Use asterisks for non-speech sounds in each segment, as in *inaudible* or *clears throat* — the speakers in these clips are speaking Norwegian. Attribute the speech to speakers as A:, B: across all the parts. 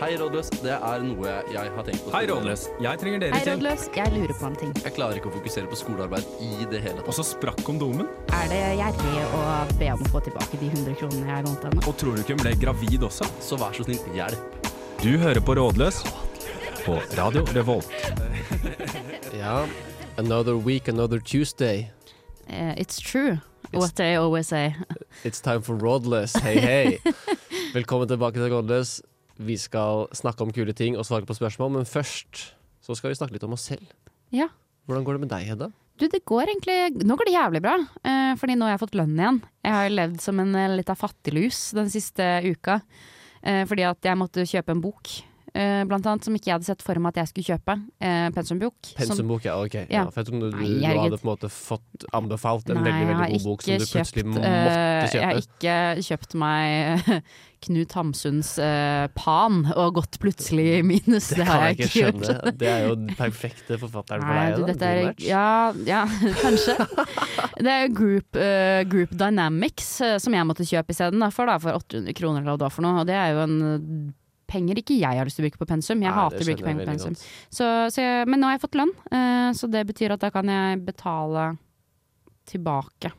A: Hei, rådløs. Det er noe jeg har tenkt på.
B: Hei, Rådløs. Jeg trenger
C: Hei,
B: dere til.
C: rådløs. Jeg lurer på en ting.
A: Jeg klarer ikke å fokusere på skolearbeid i det hele
B: Og
A: tatt.
B: så sprakk kondomen.
C: Er det gjerrig å be om å få tilbake de 100 kronene jeg lånte henne?
B: Og tror du ikke hun ble gravid også?
A: Så vær så snill, hjelp.
B: Du hører på Rådløs på Radio Revolt.
D: Ja. Another week, another Tuesday.
C: Eh, it's true, what they always say.
D: It's time for Rådløs. Hei, hei.
A: *laughs*
D: Velkommen tilbake til Rådløs. Vi skal snakke om kule ting og svare på spørsmål, men først så skal vi snakke litt om oss selv.
C: Ja.
D: Hvordan går det med deg, Hedda?
C: Du, det går egentlig Nå går det jævlig bra, eh, fordi nå har jeg fått lønn igjen. Jeg har jo levd som en eh, lita fattiglus den siste uka, eh, fordi at jeg måtte kjøpe en bok, eh, blant annet, som ikke jeg hadde sett for meg at jeg skulle kjøpe. Eh, pensumbok. som-
D: Pensumbok, ja. Ok. Ja.
C: Ja.
D: for jeg tror du, du,
C: Nei,
D: du
C: herregud.
D: hadde på en måte fått anbefalt en
C: Nei,
D: veldig
C: jeg har
D: veldig god bok som
C: ikke
D: du plutselig
C: kjøpt, eh,
D: måtte
C: Jeg har
D: kjøpe.
C: ikke kjøpt meg eh, Knut Hamsuns eh, Pan og gått plutselig i minus. Det, har jeg ikke gjort.
D: skjønne. Det er jo den perfekte forfatteren for
C: Nei,
D: deg.
C: du,
D: Hedda.
C: dette er,
D: God match.
C: ja, ja, *laughs* kanskje. Det er group, eh, group Dynamics eh, som jeg måtte kjøpe isteden, da, for, da, for 800 kroner eller hva det var for noe. Og det er jo en eh, penger ikke jeg har lyst til å bruke på pensum. Jeg
D: Nei,
C: hater
D: det
C: å bruke
D: skjønner
C: penger
D: jeg
C: på
D: veldig
C: pensum.
D: godt.
C: Så, så jeg, men nå har jeg fått lønn, eh, så det betyr at da kan jeg betale tilbake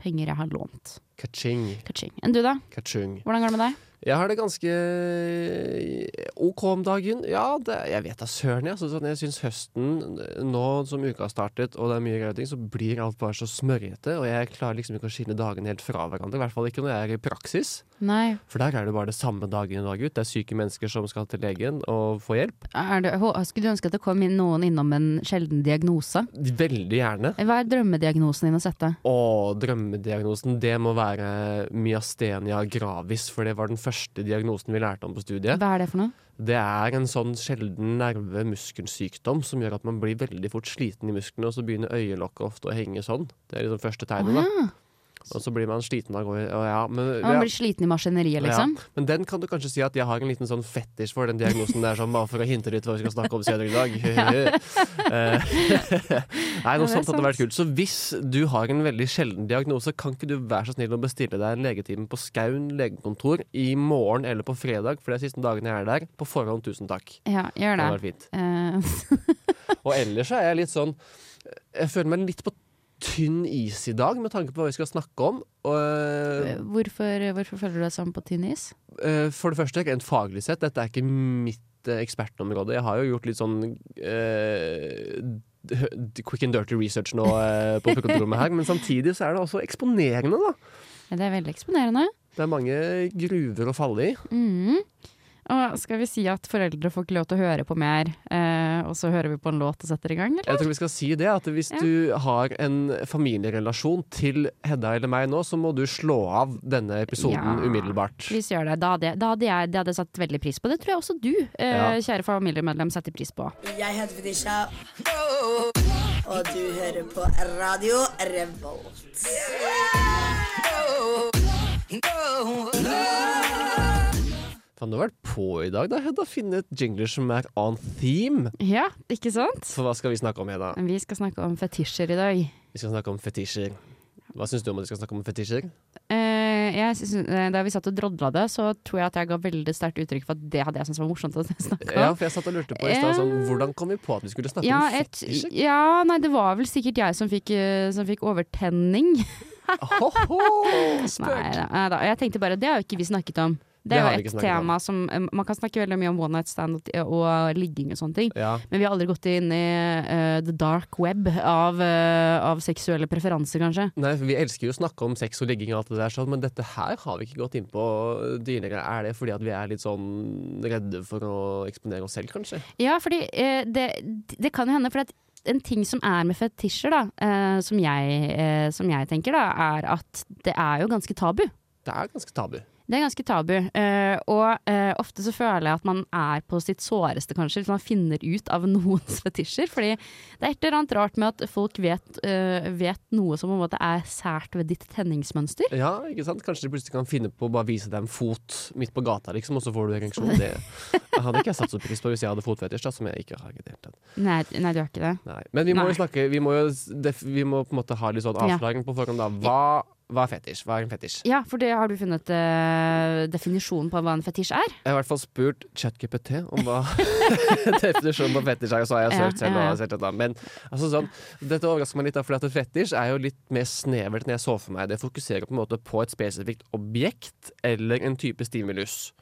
C: penger jeg har lånt.
D: Kaching,
C: Kaching. Enn du, da?
D: kachung.
C: Hvordan går det med deg?
D: Jeg har det ganske eh, ok om dagen. Ja, det, jeg vet da søren, jeg. Altså, sånn, jeg syns høsten, nå som uka har startet og det er mye greier, og ting, så blir alt bare så smørjete. Og jeg klarer liksom ikke å skille dagene helt fra hverandre. I hvert fall ikke når jeg er i praksis.
C: Nei,
D: For der er det bare det samme dagen inn og dag ut. Det er syke mennesker som skal til legen og få hjelp.
C: er det, hå- Skulle du ønske at det kom inn noen innom en sjelden diagnose?
D: Veldig gjerne.
C: Hva er drømmediagnosen din å sette?
D: Og drømmediagnosen, det må være myastenia gravis, for det var den første diagnosen vi lærte om på studiet.
C: Hva er det for noe?
D: Det er en sånn sjelden nerve-muskelsykdom som gjør at man blir veldig fort sliten i musklene, og så begynner øyelokket ofte å henge sånn. Det er liksom første tegnet, da.
C: Åja.
D: Og så blir man sliten av å gå i og ja, men,
C: Man
D: ja,
C: blir sliten i maskineriet, liksom?
D: ja. men den kan du kanskje si at jeg har en liten sånn fetisj for, den diagnosen der, sånn bare for å hinte litt hva vi skal snakke om senere i
C: *laughs*
D: dag. Eh, *laughs* Nei,
C: Ja, det er
D: noe sånt hadde
C: sant.
D: vært kult. Så hvis du har en veldig sjelden diagnose, kan ikke du være så snill å bestille deg en legetime på Skaun legekontor i morgen eller på fredag, for det er siste dagen jeg er der, på forhånd, tusen takk.
C: Ja, gjør
D: Det
C: det.
D: hadde vært fint.
C: Eh,
D: Og ellers så er jeg litt sånn Jeg føler meg litt på tynn is i dag med tanke på hva vi skal snakke om. Og,
C: Eh, hvorfor, hvorfor føler du deg sånn på tynn is?
D: eh, for det første, rent faglig sett, dette er ikke mitt eh, ekspertområde. Jeg har jo gjort litt sånn eh, d- d- quick and dirty research nå eh, på kontorrommet her, men samtidig så er det også eksponerende, da.
C: Ja, Det er veldig eksponerende.
D: Det er mange gruver å falle i.
C: Mhm. Og skal vi si at foreldre får ikke lov til å høre på mer, eh, og så hører vi på en låt og setter i gang, eller?
D: Jeg tror vi skal si det, at hvis
C: Ja.
D: du har en familierelasjon til Hedda eller meg nå, så må du slå av denne episoden
C: Ja.
D: umiddelbart.
C: Hvis vi gjør det, da hadde, jeg- da hadde jeg det hadde jeg satt veldig pris på. Det tror jeg også du, eh,
D: Ja.
C: kjære familiemedlem, setter pris på.
E: Jeg heter Fetisha, og du hører på Radio Revolt.
D: Faen, du har vært på i dag, da, Hedda. Finne et jingler som er on theme.
C: Ja, ikke sant?
D: Så hva skal vi snakke om, Hedda?
C: Men Vi skal snakke om fetisjer i dag.
D: Vi skal snakke om fetisjer. Hva syns du om at vi skal snakke om fetisjer?
C: Eh, jeg synes, eh, da vi satt og drodla det, så tror jeg at jeg ga veldig sterkt uttrykk for at det hadde jeg syntes var morsomt å snakke
D: Ja,
C: om.
D: for jeg satt og lurte på i stad sånn Hvordan kom vi på at vi skulle snakke om
C: et-
D: *laughs* fetisjer?
C: ja, nei, det var vel sikkert jeg som fikk, eh, som fikk overtenning.
D: Ho-ho!
C: Nei,
D: Spøk!
C: da, nei da. Og Jeg tenkte bare, det har jo ikke vi snakket om. Det
D: Det
C: er
D: har vi
C: jo
D: ikke
C: et
D: snakket om.
C: tema som eh, Man kan snakke veldig mye om one night stand og, og ligging og sånne ting.
D: Ja.
C: Men vi har aldri gått inn i eh, the dark web av, eh, av seksuelle preferanser, kanskje.
D: Nei, for Vi elsker jo å snakke om sex og ligging, og alt det der sånn, men dette her har vi ikke gått inn på tidligere. Er det fordi at vi er litt sånn redde for å eksponere oss selv, kanskje?
C: Ja, fordi eh, det, det kan jo hende. For at en ting som er med fetisjer, da, eh, som, jeg, eh, som jeg tenker, da, er at det er jo ganske tabu.
D: Det er ganske tabu.
C: Det er ganske tabu. eh, og eh, ofte så føler jeg at man er på sitt såreste, kanskje, hvis man finner ut av *laughs* noens fetisjer. Fordi det er et eller annet rart med at folk vet, eh, vet noe som på en måte er sært ved ditt tenningsmønster.
D: Ja, ikke sant? Kanskje de plutselig kan finne på å bare vise deg en fot midt på gata, liksom, og så får du en reaksjon. Det *laughs* hadde ikke jeg satt så pris på hvis jeg hadde fotfetisj, da, som jeg ikke har i det hele tatt.
C: Nei, nei du gjør ikke det.
D: Nei. Men vi må
C: Nei.
D: jo snakke Vi må jo s- def- vi må på en måte ha litt sånn
C: Ja.
D: avklaring på forhånd, da. Hva Hva er fetisj? Hva er en fetisj?
C: Ja, for det har du funnet eh, definisjonen på hva en fetisj er?
D: Jeg har i hvert fall spurt ChatGPT om hva *laughs* definisjonen på fetisj er, og så har jeg
C: Ja,
D: søkt selv.
C: ja,
D: og
C: ja.
D: sett dette. Men altså, sånn, dette overrasker meg litt, for fetisj er jo litt mer snevert enn jeg så for meg. Det fokuserer på en måte på et spesifikt objekt eller en type stimulus.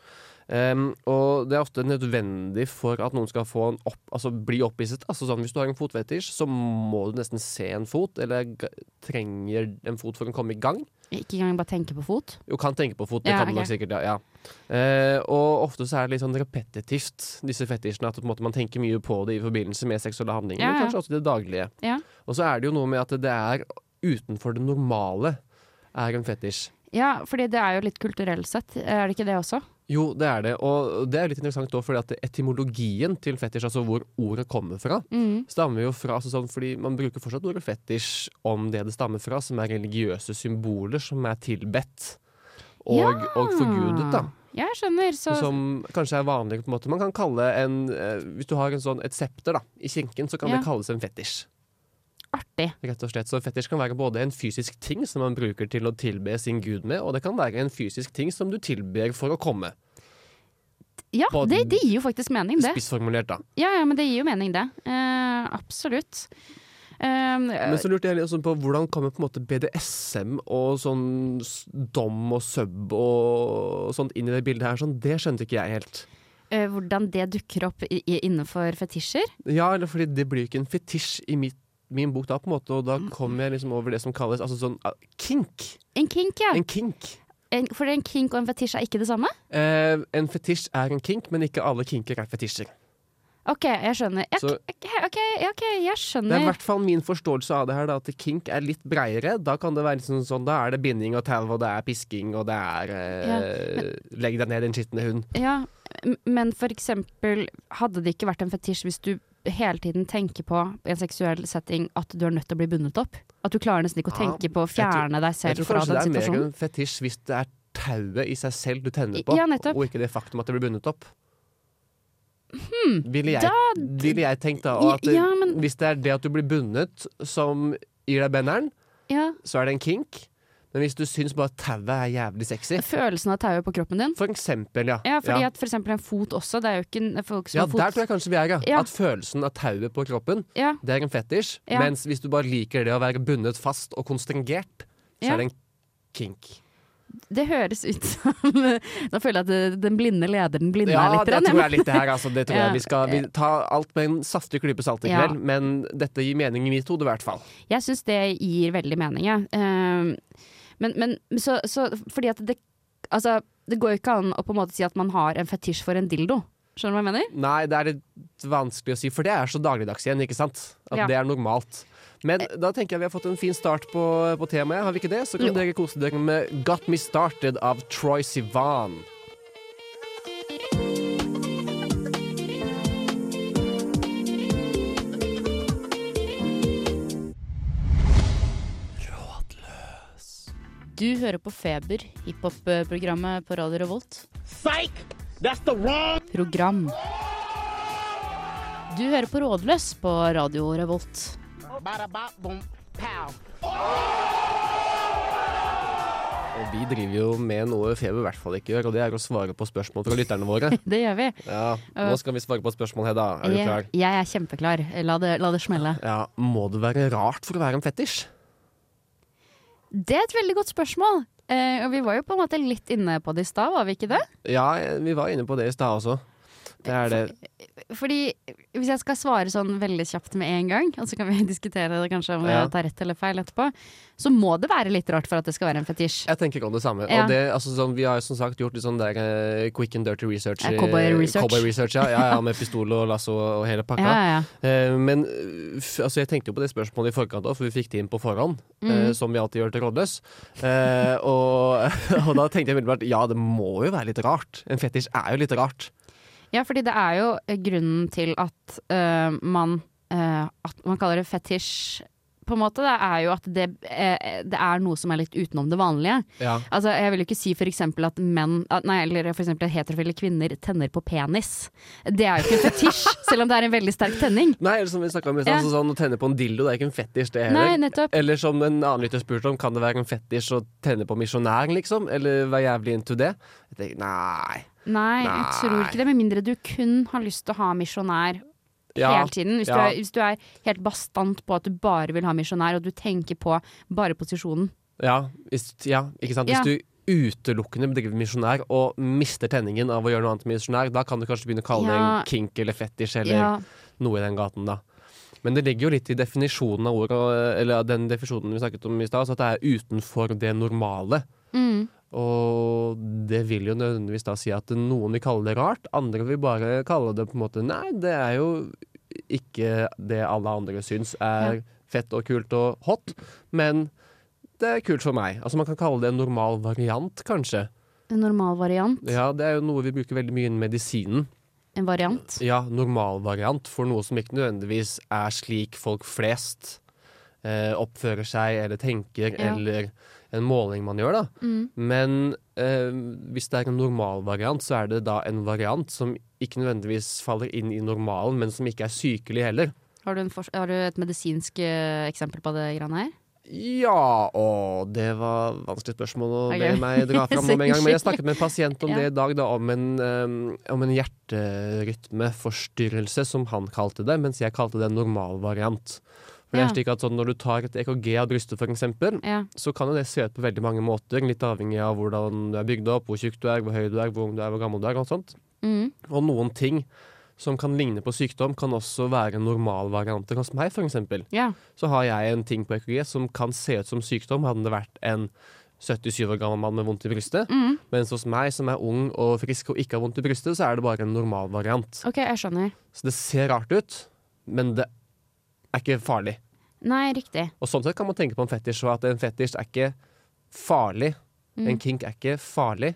D: Ehm, og det er ofte nødvendig for at noen skal få en opp, altså bli opphisset. Altså sånn, hvis du har en fotfetisj, så må du nesten se en fot, eller g trenger en fot for å komme i gang.
C: Ikke engang bare tenke på fot?
D: Jo, kan tenke på fot. Det
C: Ja,
D: kan man
C: ok.
D: nok sikkert, ja. ja. Eh, og ofte så er det litt sånn repetitivt, disse fetisjene. At på en måte man tenker mye på det i forbindelse med seksuelle handlinger.
C: Ja,
D: Men
C: ja.
D: kanskje også i det daglige.
C: Ja.
D: Og så er det jo noe med at det er utenfor det normale er en fetisj.
C: Ja, fordi det er jo litt kulturelt sett, er det ikke det også?
D: Jo, det er det. Og det er jo litt interessant da, fordi at etymologien til fetisj, altså hvor ordet kommer fra,
C: Mm.
D: stammer jo fra altså sånn, Fordi man bruker fortsatt ordet fetisj om det det stammer fra, som er religiøse symboler som er tilbedt og, og forgudet, da.
C: Ja, jeg skjønner. Så,
D: som kanskje er vanlig på en måte. Man kan kalle en eh, Hvis du har en sånn, et septer da, i kirken, så kan
C: Ja.
D: det kalles en fetisj.
C: artig.
D: Rett og slett. Så fetisj kan være både en fysisk ting som man bruker til å tilbe sin gud med, og det kan være en fysisk ting som du tilber for å komme.
C: Ja,
D: På-
C: det, det gir jo faktisk mening, det.
D: Spissformulert, da.
C: Ja, ja, men det gir jo mening, det. Eh, absolutt. Um,
D: Men så lurte jeg litt sånn på hvordan kommer på en måte BDSM og sånn s- dom og sub og sånt inn i det bildet her. Sånn, det skjønte ikke jeg helt.
C: eh, hvordan det dukker opp i, i, innenfor fetisjer.
D: Ja, eller fordi det blir jo ikke en fetisj i mitt, min bok da, på en måte, og da
C: Mm.
D: kommer jeg liksom over det som kalles altså sånn ah, kink.
C: En kink, ja.
D: En kink.
C: En, for en kink og en fetisj er ikke det samme?
D: Eh, en fetisj er en kink, men ikke alle kinker er fetisjer.
C: OK, jeg skjønner. Ja,
D: Så-
C: ok, ok, ja, ok, jeg
D: Det er i
C: skjønner.
D: hvert fall min forståelse av det her, da, at kink er litt breiere. Da kan det være liksom sånn, da er det binding og tau, og det er pisking, og det er eh, Legg deg ned, din skitne hund.
C: Ja, m- men for eksempel, hadde det ikke vært en fetisj hvis du hele tiden tenker på i en seksuell setting at du er nødt til å bli bundet opp? At du klarer nesten ikke å
D: Ja,
C: tenke på å
D: jeg tror-
C: fjerne deg
D: Jeg
C: selv
D: tror
C: fra
D: kanskje det
C: den
D: er mer
C: situasjonen?
D: en fetisj hvis det er tauet i seg selv du tenner på,
C: Ja, nettopp.
D: og ikke det faktum at det blir bundet opp. ville, jeg, ville jeg tenkt da og at
C: Hmm, Ja, men-
D: hvis det er det at du blir bundet som gir deg benneren,
C: Ja,
D: så er det en kink. Men hvis du syns bare tauet er jævlig sexy
C: følelsen av tauet på kroppen din.
D: For eksempel, ja.
C: Ja, fordi
D: ja.
C: at for eksempel en fot også, det er jo ikke en- folk som
D: ja
C: har
D: der tror
C: fot.
D: jeg kanskje vi er, ja.
C: Ja.
D: At følelsen av tauet på kroppen,
C: Ja,
D: det er en fetisj.
C: Ja.
D: Mens hvis du bare liker det å være bundet fast og konstringert, så
C: Ja.
D: er det en kink.
C: det høres ut som *laughs* Nå føler jeg at eh, den blinde leder den blinde
D: Ja,
C: er litt.
D: det
C: rann,
D: tror
C: men-
D: jeg litt det her, altså. Det
C: *laughs*
D: tror
C: Ja.
D: jeg vi skal vi tar alt med en saftig klype salt i
C: Ja.
D: kveld, men dette gir mening i mitt hode, i hvert fall.
C: Jeg syns det gir veldig mening, jeg. Eh, Men, men så, så fordi at det Altså, det går jo ikke an å på en måte si at man har en fetisj for en dildo. Skjønner du hva jeg mener?
D: Nei, det er litt vanskelig å si, for det er så dagligdags igjen, ikke sant? At
C: Ja.
D: det er normalt. Men da tenker jeg vi har fått en fin start på, på temaet, har vi ikke det? Så kan
C: Jo.
D: dere kose dere med Got Me Started av Troy Sivan.
F: Du hører på Feber, hiphop-programmet på Radio Revolt.
G: Psych! That's the wrong
F: Program. Du hører på Rådløs på Radio Revolt.
G: bada bop boom pow.
D: Og vi driver jo med noe Feber i hvert fall ikke gjør, og det er å svare på spørsmål fra lytterne våre.
C: *laughs* Det gjør vi.
D: Ja, Nå skal vi svare på spørsmål, Hedda. Er du
C: Jeg,
D: klar?
C: jeg er kjempeklar. La det, la det smelle.
D: Ja, Må det være rart for å være en fetisj?
C: Det er et veldig godt spørsmål. Eh, og vi var jo på en måte litt inne på det i stad, var vi ikke det?
D: Ja, vi var inne på det i stad også. Det er det.
C: Fordi hvis jeg skal svare sånn veldig kjapt med en gang, og så kan vi *laughs* diskutere det kanskje om
D: Ja.
C: jeg tar rett eller feil etterpå, så må det være litt rart for at det skal være en fetisj.
D: Jeg tenker om det samme.
C: Ja.
D: Og det, altså, sånn, vi har jo som sagt gjort litt sånn der eh, quick and dirty research.
C: Ja,
D: i-
C: cowboy research.
D: Cowboy research ja. Ja, ja, med pistol og lasso og hele pakka.
C: Ja, ja, ja.
D: Eh, men eh, f altså, jeg tenkte jo på det spørsmålet i forkant òg, for vi fikk det inn på forhånd.
C: Mhm.
D: eh, som vi alltid gjør til Rådløs. Eh, og, *laughs* og da tenkte jeg umiddelbart ja, det må jo være litt rart. En fetisj er jo litt rart.
C: Ja, fordi det er eh, jo grunnen til at øh, man øh, At man kaller det fetisj på en måte, da, er jo at det, eh, det er noe som er litt utenom det vanlige.
D: Ja.
C: Altså, jeg vil jo ikke si for eksempel at menn, at, nei, eller for eksempel at heterofile kvinner tenner på penis. Det er jo ikke en fetisj,
D: *laughs*
C: selv om det er en veldig sterk tenning.
D: Nei, eller som vi snakket om i
C: Ja.
D: stad, så sånn, å tenne på en dildo det er ikke en fetisj, det heller.
C: Nei, nettopp.
D: Eller som en annen lytter spurte om, kan det være en fetisj å tenne på misjonæren, liksom? Eller være jævlig into det? Jeg tenker, nei.
C: Nei, jeg tror
D: Nei.
C: ikke det, med mindre du kun har lyst til å ha misjonær
D: Ja,
C: hele tiden. Hvis,
D: ja.
C: du er, hvis du er helt bastant på at du bare vil ha misjonær, og du tenker på bare posisjonen.
D: Ja, hvis, ja ikke sant? Hvis
C: Ja.
D: du utelukkende bedriver misjonær og mister tenningen av å gjøre noe annet misjonær, da kan du kanskje begynne å kalle det
C: Ja.
D: en kink eller fetisj eller
C: Ja,
D: noe i den gaten, da. Men det ligger jo litt i definisjonen av ordet, og- eller av den definisjonen vi snakket om i stad, så at det er utenfor det normale.
C: mm,
D: Og det vil jo nødvendigvis da si at noen vil kalle det rart, andre vil bare kalle det på en måte Nei, det er jo ikke det alle andre syns er fett og kult og hot, men det er kult for meg. Altså Man kan kalle det en normal variant, kanskje.
C: en normal variant.
D: Ja, Det er jo noe vi bruker veldig mye innen medisinen.
C: En variant.
D: Ja, normalvariant for noe som ikke nødvendigvis er slik folk flest eh, oppfører seg eller tenker,
C: Ja.
D: eller en måling man gjør, da.
C: Mm.
D: Men eh, hvis det er en normalvariant, så er det da en variant som ikke nødvendigvis faller inn i normalen, men som ikke er sykelig heller.
C: Har, du en fors- har du et medisinsk eh, eksempel på det greiene her?
D: Ja, å, det var vanskelig spørsmål å be
C: Ok.
D: meg dra fram om en gang. Men jeg snakket med en pasient
C: *laughs*
D: om
C: Ja.
D: det i dag, da, om en, eh, om en hjerterytmeforstyrrelse, som han kalte det, mens jeg kalte det en normalvariant. For det
C: Ja.
D: er slik at sånn, Når du tar et EKG av brystet, for eksempel,
C: Ja.
D: så kan jo det se ut på veldig mange måter, litt avhengig av hvordan du er bygd opp, hvor tjukk du er, hvor høy du er, hvor ung du er, hvor gammel du er. og sånt.
C: Mm.
D: Og noen ting som kan ligne på sykdom, kan også være normalvarianter hos meg, for eksempel
C: ja.
D: så har jeg en ting på EKG som kan se ut som sykdom. Hadde det vært en 77 år gammel mann med vondt i brystet.
C: Mm.
D: Mens hos meg som er ung og frisk og ikke har vondt i brystet, så er det bare en normal variant.
C: OK, jeg skjønner.
D: Så det ser rart ut, men det er ikke farlig.
C: Nei, riktig.
D: Og sånn sett kan man tenke på en fetisj, og at en fetisj er ikke farlig.
C: Mm.
D: En kink er ikke farlig.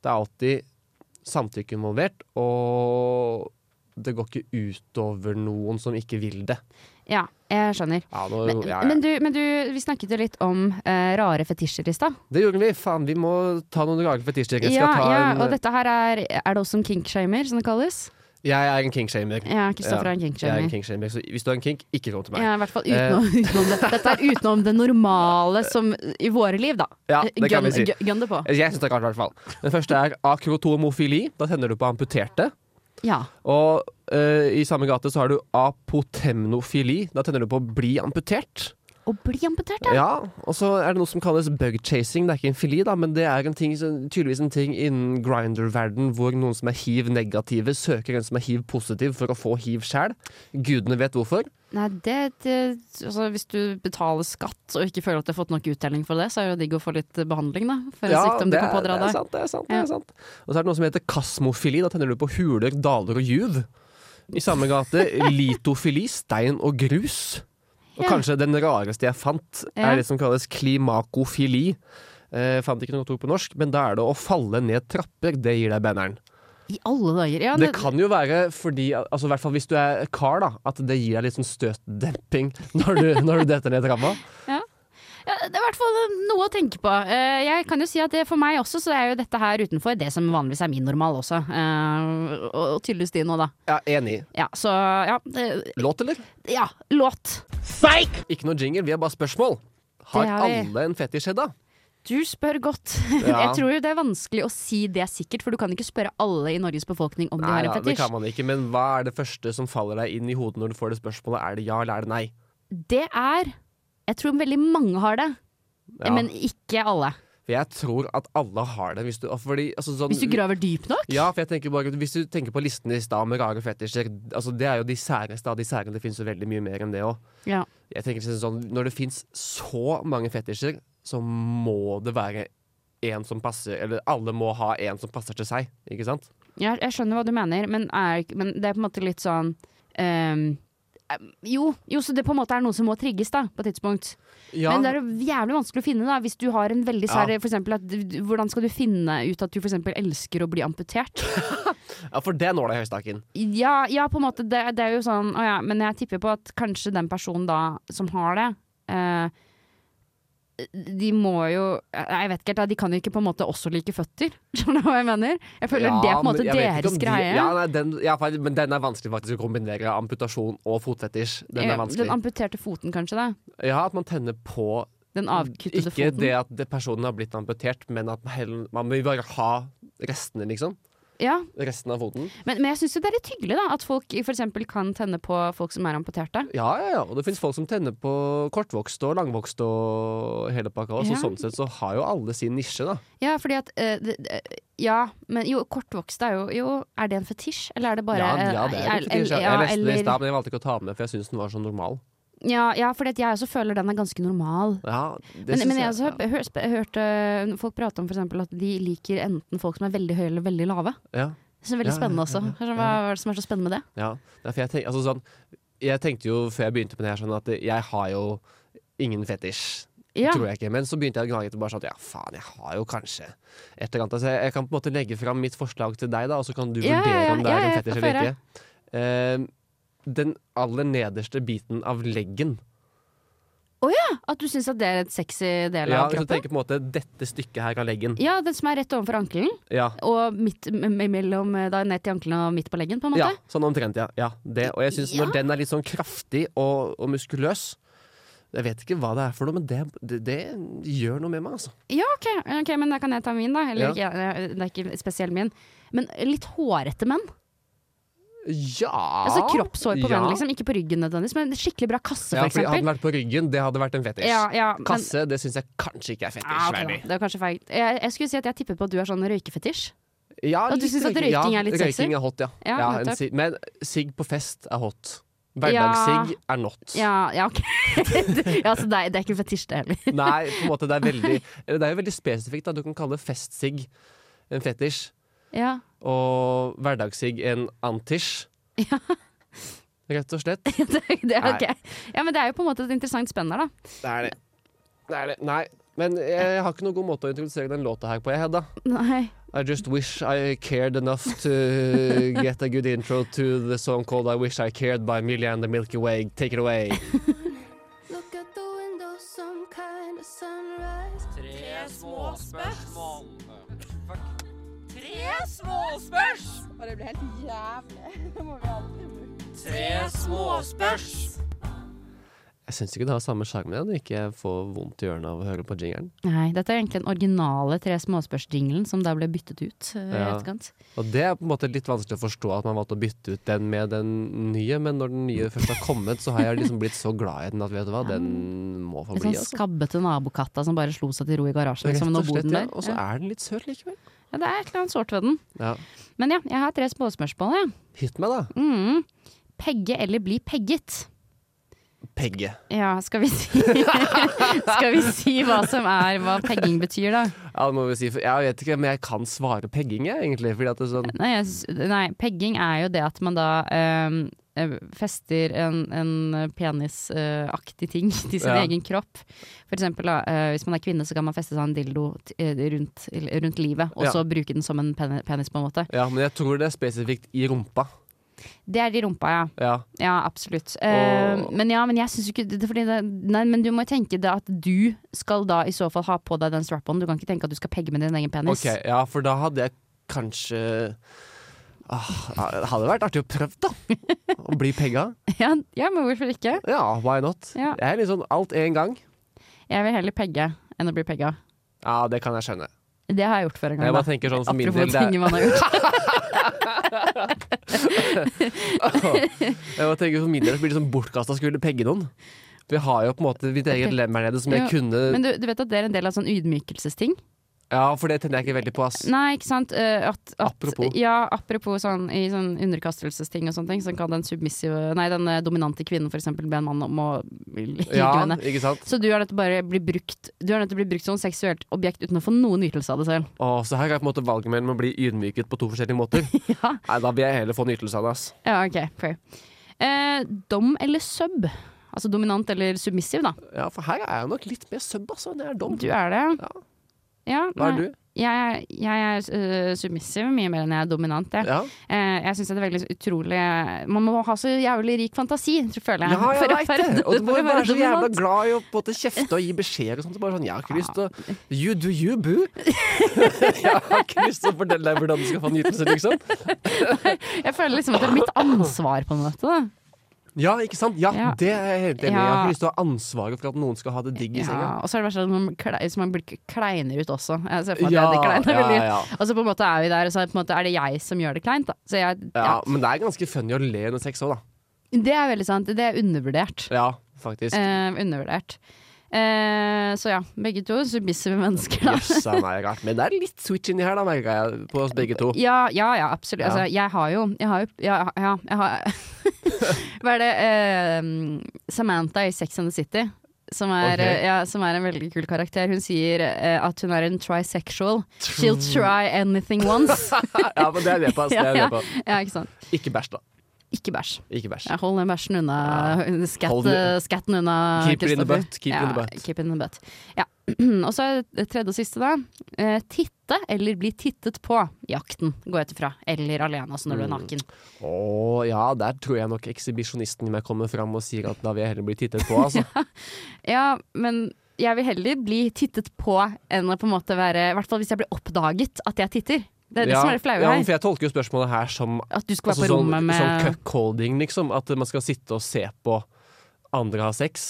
D: Det er alltid samtykke involvert, og det går ikke utover noen som ikke vil det.
C: Ja, jeg skjønner.
D: Ja, nå,
C: Men,
D: ja, ja.
C: men, du, men du, vi snakket jo litt om eh, rare fetisjer i stad.
D: Det gjorde vi. Faen, vi må ta noen rare fetisjer. Jeg, skal
C: Ja,
D: ta
C: ja,
D: en,
C: og dette her er Er det også en kinkshamer, som det kalles?
D: jeg er en kinkshamer.
C: Ja, Kristoffer
D: Ja,
C: er en
D: Jeg er
C: kinkshamer.
D: en kinkshamer, så hvis du har en kink, ikke kom til meg. Eh,
C: Ja, i hvert fall utenom, *laughs* utenom det. Dette er utenom det normale som i våre liv, da. Eh,
D: Ja, det kan
C: Gønn-
D: vi si. Eh,
C: gø- Gønn det på.
D: Jeg syns det er rart, i hvert fall. Den første er akrotomofili. Da tenner du på amputerte.
C: Ja.
D: Og eh, i samme gate så har du apotemnofili. Da tenner du på å bli amputert.
C: Å bli amputert, ja.
D: Ja, Og så er det noe som kalles bug-chasing. Det er ikke en fili, da, men det er en ting, som- tydeligvis en ting innen grinder-verden hvor noen som er hiv-negative, søker en som er hiv-positiv for å få hiv sjæl. Gudene vet hvorfor.
C: Nei, det, det altså, Hvis du betaler skatt og ikke føler at du har fått nok uttelling for det, så er det jo digg å få litt behandling, da. For en sykdom du
D: det
C: kan
D: er-
C: pådra
D: Det er
C: deg.
D: sant, det er sant.
C: Ja.
D: Det er sant. Og så er det noe som heter kasmofili. Da tenner du på huler, daler og juv. I samme gate
C: *laughs*
D: litofili, stein og grus. Og
C: Ja.
D: kanskje den rareste jeg fant,
C: Ja.
D: er det som kalles klimakofili. Eh, fant ikke noe godt ord på norsk, men da er det å falle ned trapper. Det gir deg banneren.
C: I alle dager. Ja,
D: Det kan jo være fordi, altså i hvert fall hvis du er kar, da, at det gir deg litt sånn støtdemping *laughs* når du, når du detter ned trappa.
C: Ja, Det er i hvert fall noe å tenke på. Eh, Jeg kan jo si at det for meg også, så er jo dette her utenfor det som vanligvis er min normal også. Eh, Og og tydeligvis din nå da.
D: Ja, enig.
C: Ja, så ja. eh,
D: Låt, eller?
C: Ja, låt.
G: Psych!
D: Ikke noe jingle, vi har bare spørsmål. Har
C: Det har vi.
D: alle en fetisj, Hedda?
C: Du spør godt. *laughs*
D: Ja.
C: Jeg tror jo det er vanskelig å si det sikkert, for du kan ikke spørre alle i Norges befolkning om de har
D: Nei,
C: en
D: da,
C: fetisj.
D: det kan man ikke, men hva er det første som faller deg inn i hodet når du får det spørsmålet? Er det ja eller er det nei?
C: Det er Jeg tror veldig mange har det,
D: Ja.
C: men ikke alle.
D: For jeg tror at alle har det. Hvis du, fordi, altså, sånn,
C: Hvis du graver dypt nok.
D: ja, for jeg tenker bare, hvis du tenker på listen i stad med rare fetisjer, altså, det er jo de særeste av de sære. Det fins jo veldig mye mer enn det òg.
C: Ja.
D: Jeg tenker sånn, Når det fins så mange fetisjer, så må det være en som passer Eller alle må ha en som passer til seg, ikke sant?
C: Jeg, jeg skjønner hva du mener, men, er, ikke- men det er på en måte litt sånn ehm, em, jo, jo, så det på en måte er noe som må trigges da, på et tidspunkt.
D: Ja,
C: Men det er jo jævlig vanskelig å finne da, hvis du har en veldig
D: Ja.
C: sær for eksempel, at, du- Hvordan skal du finne ut at du for eksempel elsker å bli amputert?
D: ja for det når deg i høystakken.
C: Ja, ja på en måte, det, det er jo sånn, å ja, men jeg tipper på at kanskje den personen da som har det, eh, de må jo Jeg vet ikke helt, da, de kan jo ikke på en måte også like føtter. *laughs* Skjønner du hva jeg mener? Jeg føler det er på en måte deres greie.
D: Ja, nei, den, ja, fa- men den er vanskelig faktisk å kombinere amputasjon og fotfetisj. Den
C: Ja,
D: er vanskelig.
C: Eh, den amputerte foten, kanskje. da
D: Ja, at man tenner på
C: Den avkuttede
D: Ikke
C: foten.
D: det at det- personen har blitt amputert, men at man, heller- man vil bare ha restene, liksom.
C: Ja,
D: Resten av foten.
C: Men, men jeg syns det er litt hyggelig da at folk for eksempel kan tenne på folk som er amputerte.
D: Ja, ja, ja. Og det fins folk som tenner på kortvokste og langvokste og hele pakka. også,
C: Ja.
D: Så sånn sett så har jo alle sin nisje, da.
C: Ja, fordi at eh, det, det- Ja, men jo, kortvokst er jo, jo Er det en fetisj, eller er det bare
D: ja, ja, det er jo
C: eh,
D: fetisj. Jeg
C: ja,
D: jeg leste det i
C: eller-
D: stad, men jeg valgte ikke å ta den med, for jeg syns den var så normal.
C: Ja, ja, fordi at jeg også føler den er ganske normal.
D: Ja,
C: Men,
D: det synes
C: men jeg også
D: ja.
C: har hørt, hørte eh, folk prate om for eksempel at de liker enten folk som er veldig høye eller veldig lave.
D: Ja.
C: Så det er
D: Ja,
C: veldig
D: ja,
C: spennende
D: ja,
C: også.
D: ja,
C: Hva hva er det som er så spennende med det?
D: Ja, det er for jeg, tenk, altså sånn, jeg tenkte jo før jeg begynte med det her sånn at jeg har jo ingen fetisj.
C: Ja,
D: Tror jeg ikke, Men så begynte jeg å gnage etter bare sånn at ja, faen, jeg har jo kanskje et eller annet. Altså, jeg, jeg kan på en måte legge fram mitt forslag til deg, da, og så kan du
C: Ja, ja,
D: vurdere
C: ja,
D: om det
C: ja,
D: er
C: ja,
D: en fetisj
C: få
D: eller
C: høre.
D: ikke. Eh, den aller nederste biten av leggen.
C: At du syns at det er et sexy del
D: Ja,
C: av
D: hvis du
C: kroppen?
D: tenker på en måte dette stykket her av leggen.
C: Ja, den som er rett ovenfor ankelen,
D: Ja,
C: og midt m- m- mellom eh, da ned til ankelen og midt på leggen, på en måte.
D: ja Sånn omtrent, ja. ja det. Og jeg synes
C: Ja.
D: når den er litt sånn kraftig og, og muskuløs Jeg vet ikke hva det er for noe, men det, det, det gjør noe med meg, altså.
C: Ja, ok, ok, men da kan jeg ta min, da. Eller,
D: Ja.
C: ikke, det er ikke spesielt min. Men litt hårete menn.
D: Ja
C: Altså Kroppshår på
D: Ah, ja.
C: menn, liksom. Ikke på ryggen nødvendigvis, men skikkelig bra kasse,
D: Ja,
C: for
D: fordi hadde den
C: eksempel.
D: vært på ryggen, det hadde vært en fetisj.
C: Ja, ja, men-
D: Kasse, det syns jeg kanskje ikke
C: Ja,
D: er
C: ok, da.
D: fetisjverdig.
C: Ah, det er kanskje feil. Jeg, jeg skulle si at jeg tippet på at du er sånn røykefetisj.
D: Ja,
C: At du
D: litt
C: synes at røyking er litt sexy?
D: Røyking er hot, ja.
C: Ja,
D: Ja, en
C: nettopp.
D: sig- men sigg på fest er hot.
C: Ja.
D: Hverdagssigg er not.
C: Ja, ja, ok. *laughs* ja, så det er, det er ikke fetisj, det heller. *laughs*
D: *laughs* Nei, på en måte, det er veldig eller Det er jo veldig spesifikt. da Du kan kalle festsigg en fetisj,
C: Ja. *laughs*
D: og hverdagssigg en antisj. Rett og slett. Det
C: Det, det er, ok. ja, men det er jo på en måte et interessant spenn der, da.
D: er det. det, er det. Nei. Men jeg har ikke noen god måte å introdusere den låta her på, jeg, Hedda.
C: Nei.
D: I just wish I cared enough to *laughs* get a good intro to the song called I Wish I Cared by Millie and the Milky Way. Take it away.
H: Look out the window, some kind of sunrise.
D: Jeg syns ikke det har samme sjarm igjen, ikke jeg får vondt i ørene av å høre på jingeren.
C: Nei, dette er egentlig den originale Tre småspørs-jinglen som da ble byttet ut. eh, i
D: Ja.
C: etterkant.
D: Og det er på en måte litt vanskelig å forstå at man valgte å bytte ut den med den nye, men når den nye først har kommet, så har jeg liksom blitt så glad i den at vet du hva, den må få
C: Litt
D: bli,
C: sånn
D: altså.
C: skabbete nabokatta som bare slo seg til ro i garasjen.
D: Rett
C: Liksom,
D: og
C: og bor
D: slett,
C: den
D: ja.
C: der.
D: Og så er den litt søt likevel.
C: Ja, det er et eller annet sårt ved den.
D: Ja.
C: Men ja, jeg har tre småspørsmål. Jeg.
D: Hit meg, da.
C: Mm. Pegge eller bli pegget?
D: Pegge.
C: Ja, skal vi si *laughs* Skal vi si hva som er hva pegging betyr, da?
D: Ja, det må vi si. for Jeg vet ikke, men jeg kan svare pegging, jeg, egentlig. Fordi at det er sånn
C: Nei, jeg, s- nei, pegging er jo det at man da øhm, øh, fester en, en penisaktig ting *laughs* til sin
D: Ja.
C: egen kropp. For eksempel, da, øh, hvis man er kvinne, så kan man feste seg en dildo t eh, rundt, rundt livet, og
D: Ja.
C: så bruke den som en pen- penis, på en måte.
D: Ja, men jeg tror det er spesifikt i rumpa.
C: Det er de rumpa, ja.
D: Ja.
C: Ja, absolutt. Eh,
D: Og-
C: men ja, men jeg syns jo ikke det, fordi det, Nei, men du må jo tenke det at du skal da i så fall ha på deg den strap-on. Du kan ikke tenke at du skal pegge med din egen penis.
D: Ok, ja, for da hadde jeg kanskje ah, Det hadde vært artig å prøve, da. Å bli pegga.
C: *laughs* Ja, ja, men hvorfor ikke?
D: Ja, why not?
C: Ja.
D: Jeg er litt sånn alt én gang.
C: Jeg vil heller pegge enn å bli pegga.
D: Ja, det kan jeg skjønne.
C: Det har jeg gjort før en gang.
D: Jeg
C: da.
D: bare tenker sånn for min del
C: Apropos
D: det er,
C: ting man har gjort.
D: *laughs* *laughs* Jeg bare tenker for min del det blir litt sånn bortkasta å skulle pegge noen. Vi har jo på en måte mitt eget lem her nede som jeg
C: Ja,
D: kunne
C: Men du, du vet at det er en del av sånn ydmykelsesting?
D: Ja, for det tenner jeg ikke veldig på, ass.
C: Nei, ikke sant. Eh, at, at,
D: Apropos.
C: Ja, apropos sånn, i sånn underkastelsesting og sånne ting, så kan den submissive Nei, den eh, dominante kvinnen for eksempel be en mann om å *laughs* ligge
D: Ja,
C: med henne.
D: ikke sant?
C: Så du er nødt til å bare bli brukt Du er nødt til å bli brukt som seksuelt objekt uten å få noen ytelse av det selv.
D: Å, så her har jeg på en måte valget mellom å bli ydmyket på to forskjellige måter.
C: *laughs* Ja,
D: Nei, da vil jeg heller få en ytelse av det, ass.
C: ja ok, fair. Eh, dom eller sub? Altså dominant eller submissiv, da.
D: Ja, for her er jeg nok litt mer sub, altså, enn jeg er dom.
C: Du er det.
D: Ja.
C: Ja, nei.
D: Hva er du?
C: jeg, jeg er øh, submissiv mye mer enn jeg er dominant. Jeg,
D: Ja.
C: Eh, jeg syns det er veldig utrolig eh, Man må ha så jævlig rik fantasi, tror- føler jeg.
D: Ja, jeg
C: for å
D: vet
C: være-
D: det! Og du må
C: for å
D: jo være så jævla
C: dominant.
D: glad i å på en måte kjefte og gi beskjeder og sånt. Bare sånn, jeg har ikke lyst til å You do you, boo! *laughs* jeg har ikke lyst til å fortelle deg hvordan du skal få nytelse, liksom.
C: Jeg føler liksom at det er mitt ansvar, på en måte. Da.
D: Ja, ikke sant? Ja,
C: Ja.
D: det er jeg helt enig i. Jeg har ikke lyst til å ha ansvaret for at noen skal ha det digg i senga.
C: Ja, og så er det verst at man, klei- så man blir k- kleinere ut også. Jeg ser for meg
D: Ja,
C: at jeg er klein,
D: ja,
C: veldig.
D: ja.
C: Og så på en måte er vi der, og så er, det på en måte, er det jeg som gjør det kleint. Da. Så jeg, ja.
D: Ja, men det er ganske funny å le under sex òg, da.
C: Det er veldig sant. Det er undervurdert.
D: Ja, faktisk. *laughs*
C: Eh, undervurdert. Eh, så ja, begge to submissive mennesker. Da.
D: Jøssa meg, rart. Men det er litt switch inni her, da, merker jeg, på oss begge to.
C: *laughs* Ja, ja, ja absolutt. Altså, jeg har jo Jeg har jo Ja, ja jeg har *laughs* Hva er det eh, Samantha i Sex and the City, som er,
D: Ok.
C: eh, ja, som er en veldig kul karakter, hun sier eh, at hun er en
D: *laughs*
C: trisexual. She'll try anything once.
D: *laughs* Ja, men det er jeg med på. ass.
C: *laughs*
D: Det
C: ja,
D: er jeg
C: ja.
D: med på.
C: ja, ikke sant.
D: Ikke bæsj, da.
C: Ikke bæsj.
D: Ikke bæsj.
C: Ja, Hold den bæsjen unna.
D: Hold
C: Skatt,
D: den-
C: skatten unna.
D: Keep it in the
C: Kristoffer.
D: butt, keep it
C: ja,
D: in the butt.
C: Keep it in the butt. Ja. *clears throat* Og så er det tredje og siste, da. Eh, titte eller bli tittet på. Jakten, går jeg ut ifra. Eller alene, altså når du er
D: Mm.
C: naken.
D: Å ja, der tror jeg nok ekshibisjonisten i meg kommer fram og sier at da vil jeg heller bli tittet på, altså.
C: *laughs* Ja, men jeg vil heller bli tittet på enn å på en måte være I hvert fall hvis jeg blir oppdaget at jeg titter. Det er det
D: Ja,
C: som er det flaue
D: ja,
C: her.
D: for jeg tolker jo spørsmålet her som
C: At du skal være på
D: altså, sånn,
C: rommet med
D: sånn cuckolding, liksom. At man skal sitte og se på andre ha sex,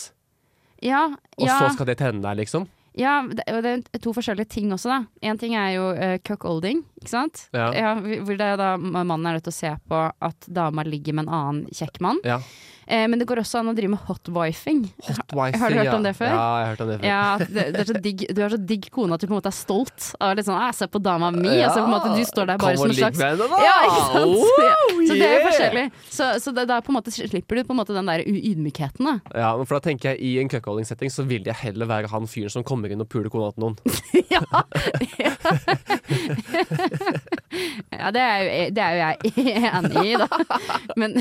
C: Ja,
D: og
C: ja,
D: så skal det tenne deg, liksom.
C: ja det, og det er to forskjellige ting også, da. Én ting er jo uh, cuckolding, ikke sant.
D: Ja.
C: Ja, hvor det er da mannen er nødt til å se på at dama ligger med en annen kjekk mann.
D: Ja.
C: Eh, men det går også an å drive med hotwifing.
D: Hotwife,
C: Har du hørt om
D: ja.
C: det før?
D: Ja, jeg har hørt om det før.
C: Ja, det, det er så digg, du er så digg kone at du på en måte er stolt av litt sånn «Ah, 'se på dama mi', og så på en måte du står der bare
D: Kom
C: som
D: og
C: en
D: ligg
C: slags
D: med henne, da!
C: Ja, ikke sant?
D: Wow,
C: *laughs* Så det er
D: yeah!
C: forskjellig. Så, så det, da på en måte slipper du på en måte den der u- ydmykheten, da.
D: *laughs* Ja, men for da tenker jeg I en cuckolding-setting så vil jeg heller være han fyren som kommer inn og puler kona til noen.
C: *laughs* ja. ja, det er, jo, det er jo jeg enig i, da. Men,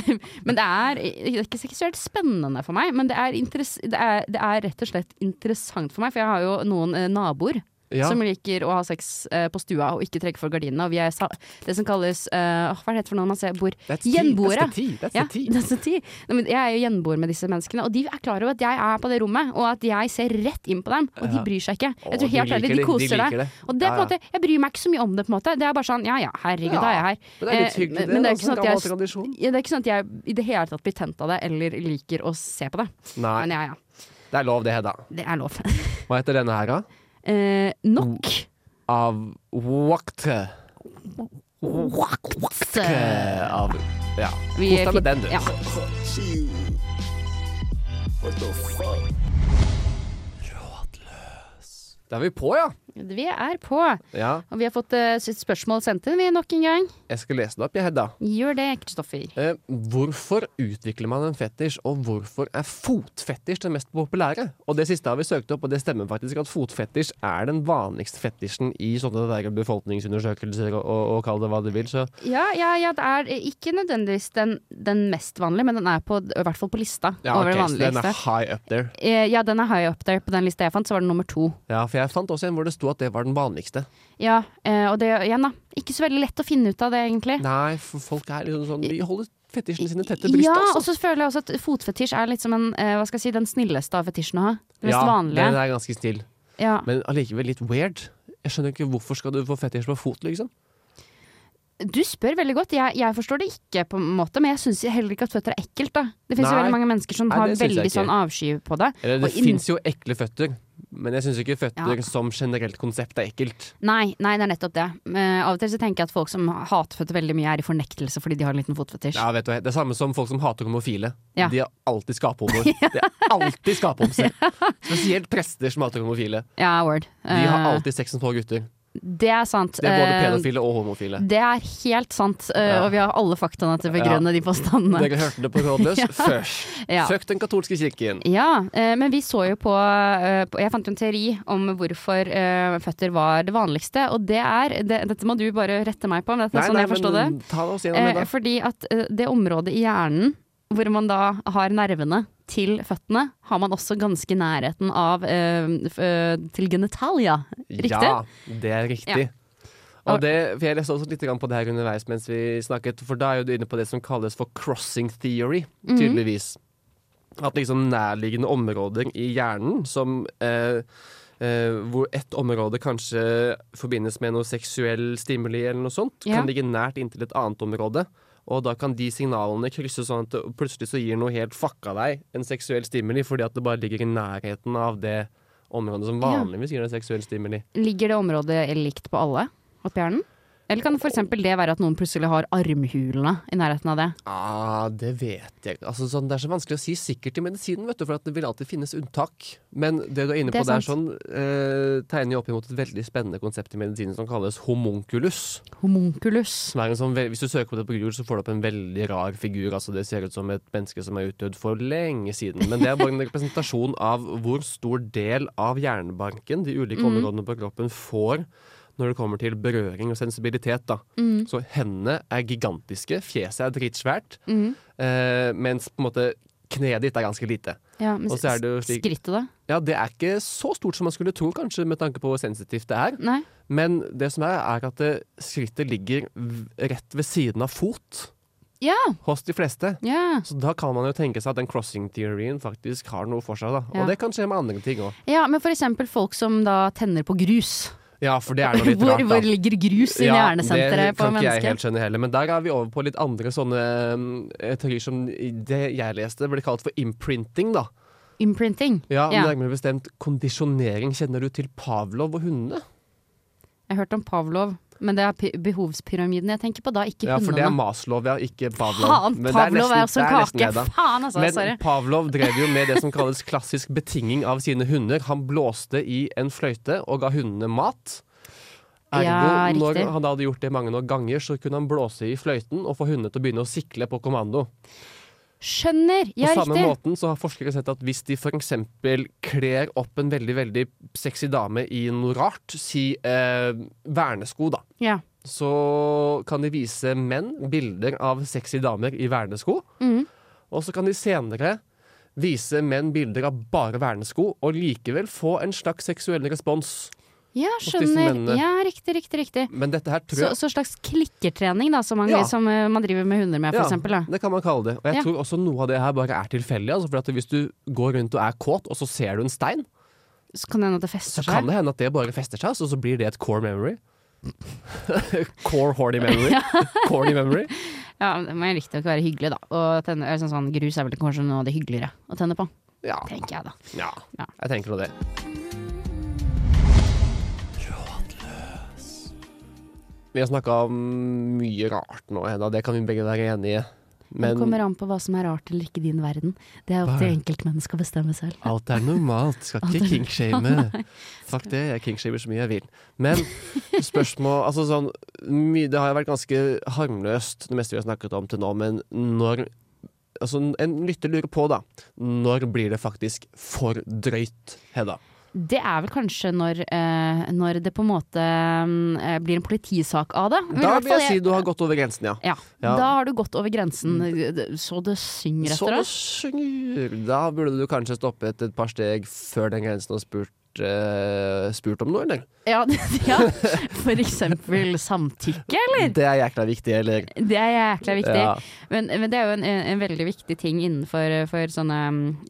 C: men det, er, det er ikke seksuelt spennende for meg, men det er, interess, det, er, det er rett og slett interessant for meg. For jeg har jo noen eh, naboer
D: Ja.
C: som liker å ha sex eh, på stua og ikke trekke for gardinene. Og vi er sa det som kalles eh, åh, Hva er det for noe man ser bor?
D: That's tea,
C: Gjenboere.
D: that's the tea, that's the
C: Ja,
D: tea.
C: that's the tea. Nei, men jeg er jo gjenboer med disse menneskene, og de er klar over at jeg er på det rommet, og at jeg ser rett inn på dem, og de bryr seg ikke. Jeg
D: Å,
C: tror
D: de
C: helt ærlig, de
D: liker det, de
C: koser
D: liker
C: deg.
D: det.
C: Og det er på en
D: Ja,
C: måte, jeg bryr meg ikke så mye om det, på en måte. Det er bare sånn ja ja, herregud, da er jeg her.
D: Men det er litt
C: Eh,
D: hyggelig, det,
C: men
D: da,
C: ikke
D: sånn
C: sånn at jeg-
D: gammel tradisjon.
C: Ja, det er ikke sånn at jeg i det hele tatt blir tent av det, eller liker å se på det.
D: Nei.
C: Men ja ja,
D: Det er lov, det, Hedda.
C: det er lov. *laughs*
D: Hva heter denne her, da?
C: Eh, nok.
D: Av Wakte. Eh, Av Ja.
C: Vi
D: Kos deg
C: fikk-
D: med den, du.
C: Ja.
D: Da er vi på, ja.
C: Vi er på.
D: ja.
C: Og vi har fått eh, sitt spørsmål sendt inn, vi, nok en gang.
D: Jeg skal lese det opp, jeg, Hedda.
C: Gjør det, Kristoffer.
D: Eh, hvorfor utvikler man en fetisj, og hvorfor er fotfetisj den mest populære? Og det siste har vi søkt opp, og det stemmer faktisk at fotfetisj er den vanligste fetisjen i sånne der befolkningsundersøkelser, og, og, og kall det hva du vil. Så
C: Ja, ja, ja, det er ikke nødvendigvis den, den mest vanlige, men den er på, i hvert fall på lista
D: ja,
C: over
D: ok,
C: det
D: så den
C: vanligste.
D: er high up there.
C: Eh, Ja, den er high up there. På den lista jeg fant, så var den nummer to.
D: Ja, for jeg fant også en hvor det sto at det var den vanligste.
C: Ja, eh, og det igjen, da. Ikke så veldig lett å finne ut av det, egentlig.
D: Nei, for folk er liksom sånn De holder fetisjene sine tett til brystet,
C: Ja, og
D: altså.
C: så føler jeg også at fotfetisj er litt som en, eh, hva skal jeg si, den snilleste av fetisjene å ha. Den mest vanlige.
D: den er ganske snill,
C: Ja.
D: men allikevel litt weird. Jeg skjønner ikke hvorfor skal du få fetisj på fot, liksom.
C: Du spør veldig godt. Jeg, jeg forstår det ikke, på en måte, men jeg syns heller ikke at føtter er ekkelt. da Det fins
D: Nei.
C: veldig mange mennesker som
D: Nei,
C: har
D: det synes jeg
C: veldig
D: ikke.
C: sånn avsky på det.
D: Eller det
C: Og inn-
D: fins jo ekle føtter, men jeg syns ikke føtter
C: Ja.
D: som generelt konsept er ekkelt.
C: Nei, nei, det er nettopp det. Eh, av og til så tenker jeg at folk som hater føtter veldig mye, er i fornektelse fordi de har en liten fotfetisj.
D: Ja, vet du, hva, Det er samme som folk som hater homofile.
C: Ja.
D: De har alltid
C: *laughs*
D: skaphomor. De er alltid skaphomser. Spesielt prester som hater homofile.
C: Ja, word.
D: De har
C: Eh,
D: alltid sex med små gutter.
C: Det er sant.
D: Det er både
C: Eh,
D: pedofile og homofile.
C: Det er helt sant, eh,
D: Ja.
C: og vi har alle faktaene til å begrunne de påstandene.
D: Dere hørte det på
C: *laughs*
D: Rådløs først.
C: Ja.
D: Fuck den katolske kirken.
C: Ja, eh, men vi så jo på, eh, på Jeg fant jo en teori om hvorfor eh, føtter var det vanligste, og det er det, Dette må du bare rette meg på, men det er sånn jeg forstår det.
D: ta oss gjennom
C: Eh,
D: det, da.
C: fordi at eh, det området i hjernen hvor man da har nervene til føttene, har man også ganske nærheten av eh, f- eh, til genitalia. Riktig?
D: Ja, det er riktig.
C: Ja.
D: Og det, for jeg leste også litt grann på det her underveis mens vi snakket, for da er jo du inne på det som kalles for crossing theory,
C: Mhm.
D: tydeligvis. At liksom nærliggende områder i hjernen som eh, eh, hvor ett område kanskje forbindes med noe seksuell stimuli, eller noe sånt,
C: Ja.
D: kan ligge nært inntil et annet område. Og da kan de signalene krysse sånn at det plutselig så gir noe helt fucka deg en seksuell stimuli, fordi at det bare ligger i nærheten av det området som vanligvis gir deg seksuell stimuli.
C: Ligger det området likt på alle oppi hjernen? Eller kan f.eks. det være at noen plutselig har armhulene i nærheten av det?
D: Ah, det vet jeg altså, sånn, Det er så vanskelig å si sikkert i medisinen, vet du, for at det vil alltid finnes unntak. Men det du er inne
C: Det er
D: på der, sånn, eh, tegner jo opp imot et veldig spennende konsept i medisinen som kalles homunculus.
C: Homunculus.
D: Som er en sånn, ve- hvis du søker på det på Google, så får du opp en veldig rar figur. Altså, det ser ut som et menneske som er utdødd for lenge siden. Men det er bare en representasjon av hvor stor del av hjernebanken de ulike områdene på kroppen får når det kommer til berøring og sensibilitet. Da. Så hendene er gigantiske, fjeset er dritsvært, eh, mens på en måte kneet ditt er ganske lite.
C: Ja, men
D: Og så er det jo slik-
C: Skrittet, da?
D: Ja, Det er ikke så stort som man skulle tro, kanskje, med tanke på hvor sensitivt det er.
C: Nei.
D: Men det som er, er at eh, skrittet ligger v- rett ved siden av fot
C: Ja!
D: hos de fleste.
C: ja.
D: Så da kan man jo tenke seg at den crossing-teorien faktisk har noe for seg. da.
C: Ja.
D: Og det kan skje med andre ting òg.
C: ja men f.eks. folk som da tenner på grus.
D: Ja, for det er
C: *laughs*
D: noe litt
C: hvor,
D: rart, da.
C: hvor ligger grus i hjernesenteret
D: det
C: på
D: kan ikke jeg helt
C: mennesket?
D: skjønne heller. Men der er vi over på litt andre sånne mm, teorier som i det jeg leste ble kalt for imprinting, da.
C: Imprinting.
D: Ja,
C: Ja.
D: Nærmere bestemt kondisjonering. Kjenner du til Pavlov og hundene?
C: Jeg hørte om Pavlov, men det er pi- behovspyramiden jeg tenker på da, ikke
D: Ja, for det er
C: hundene.
D: Maslov, ja, ikke Pavlov.
C: Faen,
D: Men det er
C: Pavlov
D: nesten-
C: er også
D: det
C: en
D: er nesten
C: kake!
D: det, da.
C: Faen, altså.
D: Men
C: Sorry.
D: Pavlov drev jo med det som kalles klassisk betinging av sine hunder. Han blåste i en fløyte og ga hundene mat. Ergo,
C: Ja,
D: når
C: riktig.
D: han da hadde gjort det mange nok ganger, så kunne han blåse i fløyten og få hundene til å begynne å sikle på kommando.
C: Skjønner!
D: På
C: Ja,
D: samme
C: riktig.
D: måten så har forskere sett at hvis de f.eks. kler opp en veldig veldig sexy dame i noe rart, si eh, vernesko, da,
C: Ja.
D: så kan de vise menn bilder av sexy damer i vernesko.
C: Mhm.
D: Og så kan de senere vise menn bilder av bare vernesko, og likevel få en slags seksuell respons.
C: ja,
D: disse
C: skjønner.
D: mennene.
C: Ja, riktig, riktig, riktig.
D: Men dette her tror
C: Så,
D: jeg
C: så slags klikkertrening da, som man,
D: Ja.
C: som eh, man driver med hunder med, for
D: Ja,
C: eksempel. Da.
D: det kan man kalle det. Og jeg
C: Ja.
D: tror også noe av det her bare er tilfeldig. Altså for at hvis du går rundt og er kåt, og så ser du en stein,
C: Så kan det hende at det
D: så
C: fester
D: kan
C: seg.
D: det hende at det bare fester seg, altså, og så blir det et core memory. *laughs* core horny
C: *laughs*
D: memory. Corny memory.
C: Ja, men jeg likte å ikke være hyggelig, da. Og tenne, eller sånn, sånn, grus er vel kanskje noe av det hyggeligere å tenne på,
D: Ja,
C: tenker jeg da.
D: ja.
C: Ja.
D: Jeg tenker nå det. Vi har snakka om mye rart nå, Hedda. Det kan vi begge være enige
C: det
D: i. Men
C: kommer an på hva som er rart eller ikke i din verden. Det er opp
D: Hva
C: til
D: er
C: enkeltmennesket å bestemme selv.
D: alt er normalt. Skal ikke kinkshame. Fuck det, jeg kinkshamer så mye jeg vil. Men spørsmål altså sånn, mye, Det har jo vært ganske harmløst, det meste vi har snakket om til nå, men når Altså, en lytter lurer på, da. Når blir det faktisk for drøyt, Hedda?
C: Det er vel kanskje når, eh, når det på en måte eh, blir en politisak av det. Men i
D: Da
C: hvert
D: vil jeg
C: fall
D: si du har gått over grensen, ja.
C: ja,
D: Ja. Mm.
C: Da har du gått over grensen så det synger
D: Så
C: etter
D: det
C: oss.
D: synger. Da burde du kanskje stoppet et par steg før den grensen og spurt, eh, spurt om noe, eller?
C: Ja, *laughs* ja. For eksempel samtykke,
D: *laughs*
C: eller?
D: Det er jækla viktig, eller?
C: Det er jækla viktig.
D: Ja.
C: Men, men det er jo en, en veldig viktig ting innenfor for sånne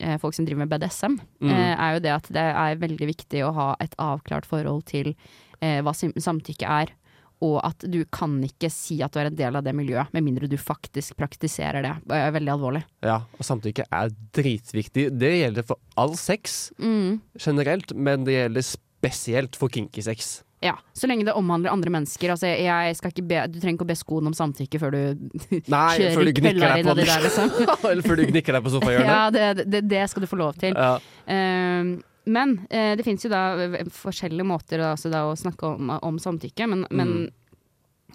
C: eh, folk som driver med BDSM. eh, er jo det at det er veldig viktig å ha et avklart forhold til eh, hva sim- samtykke er. Og at du kan ikke si at du er en del av det miljøet, med mindre du faktisk praktiserer det. Det er veldig alvorlig.
D: Ja, og samtykke er dritviktig. Det gjelder for all sex
C: Mm.
D: generelt, men det gjelder spesielt for kinky sex.
C: Ja, Så lenge det omhandler andre mennesker. Altså, jeg skal ikke be, du trenger ikke å be skolen om samtykke før du
D: Nei, før
C: kjører
D: du gnikker deg
C: kvelder inn
D: på
C: i det der, liksom.
D: *laughs* Eller før du gnikker deg
C: *laughs*
D: på
C: Ja,
D: sofahjørnet.
C: det, det, det skal du få lov til.
D: Ja.
C: Ehm, men eh, det finnes jo da eh, forskjellige måter da, altså da, å snakke om, om samtykke, men, men,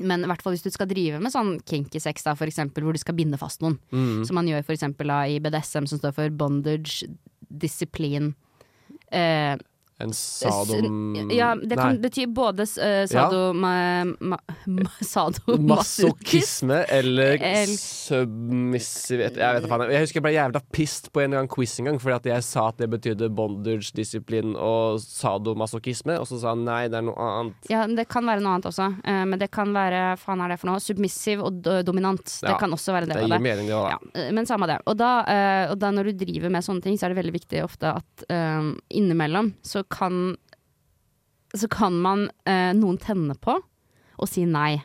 D: Mm.
C: men i hvert fall hvis du skal drive med sånn kinky sex, da, for eksempel, hvor du skal binde fast noen,
D: Mm.
C: som man gjør for eksempel da, i BDSM, som står for bondage, disiplin eh,
D: En sadom...
C: Ja, det kan
D: Nei.
C: bety både uh, *laughs* sadomasochisme
D: Masochisme eller
C: El-
D: submissive et- Jeg vet da faen. Jeg husker jeg ble jævla pissed på en gang quiz en gang, fordi at jeg sa at det betydde bondage, disiplin og sadomasochisme, og så sa han nei, det er noe annet.
C: Ja, men det kan være noe annet også. Eh, men det kan være faen er det for noe, submissiv og do- dominant.
D: Ja,
C: det kan også være en
D: Det
C: del av
D: gir
C: det.
D: mening, det òg,
C: Ja,
D: da.
C: eh, men samme det. Og da, eh, og da når du driver med sånne ting, så er det veldig viktig ofte at eh, innimellom så kan Så kan man eh, noen tenne på og si nei.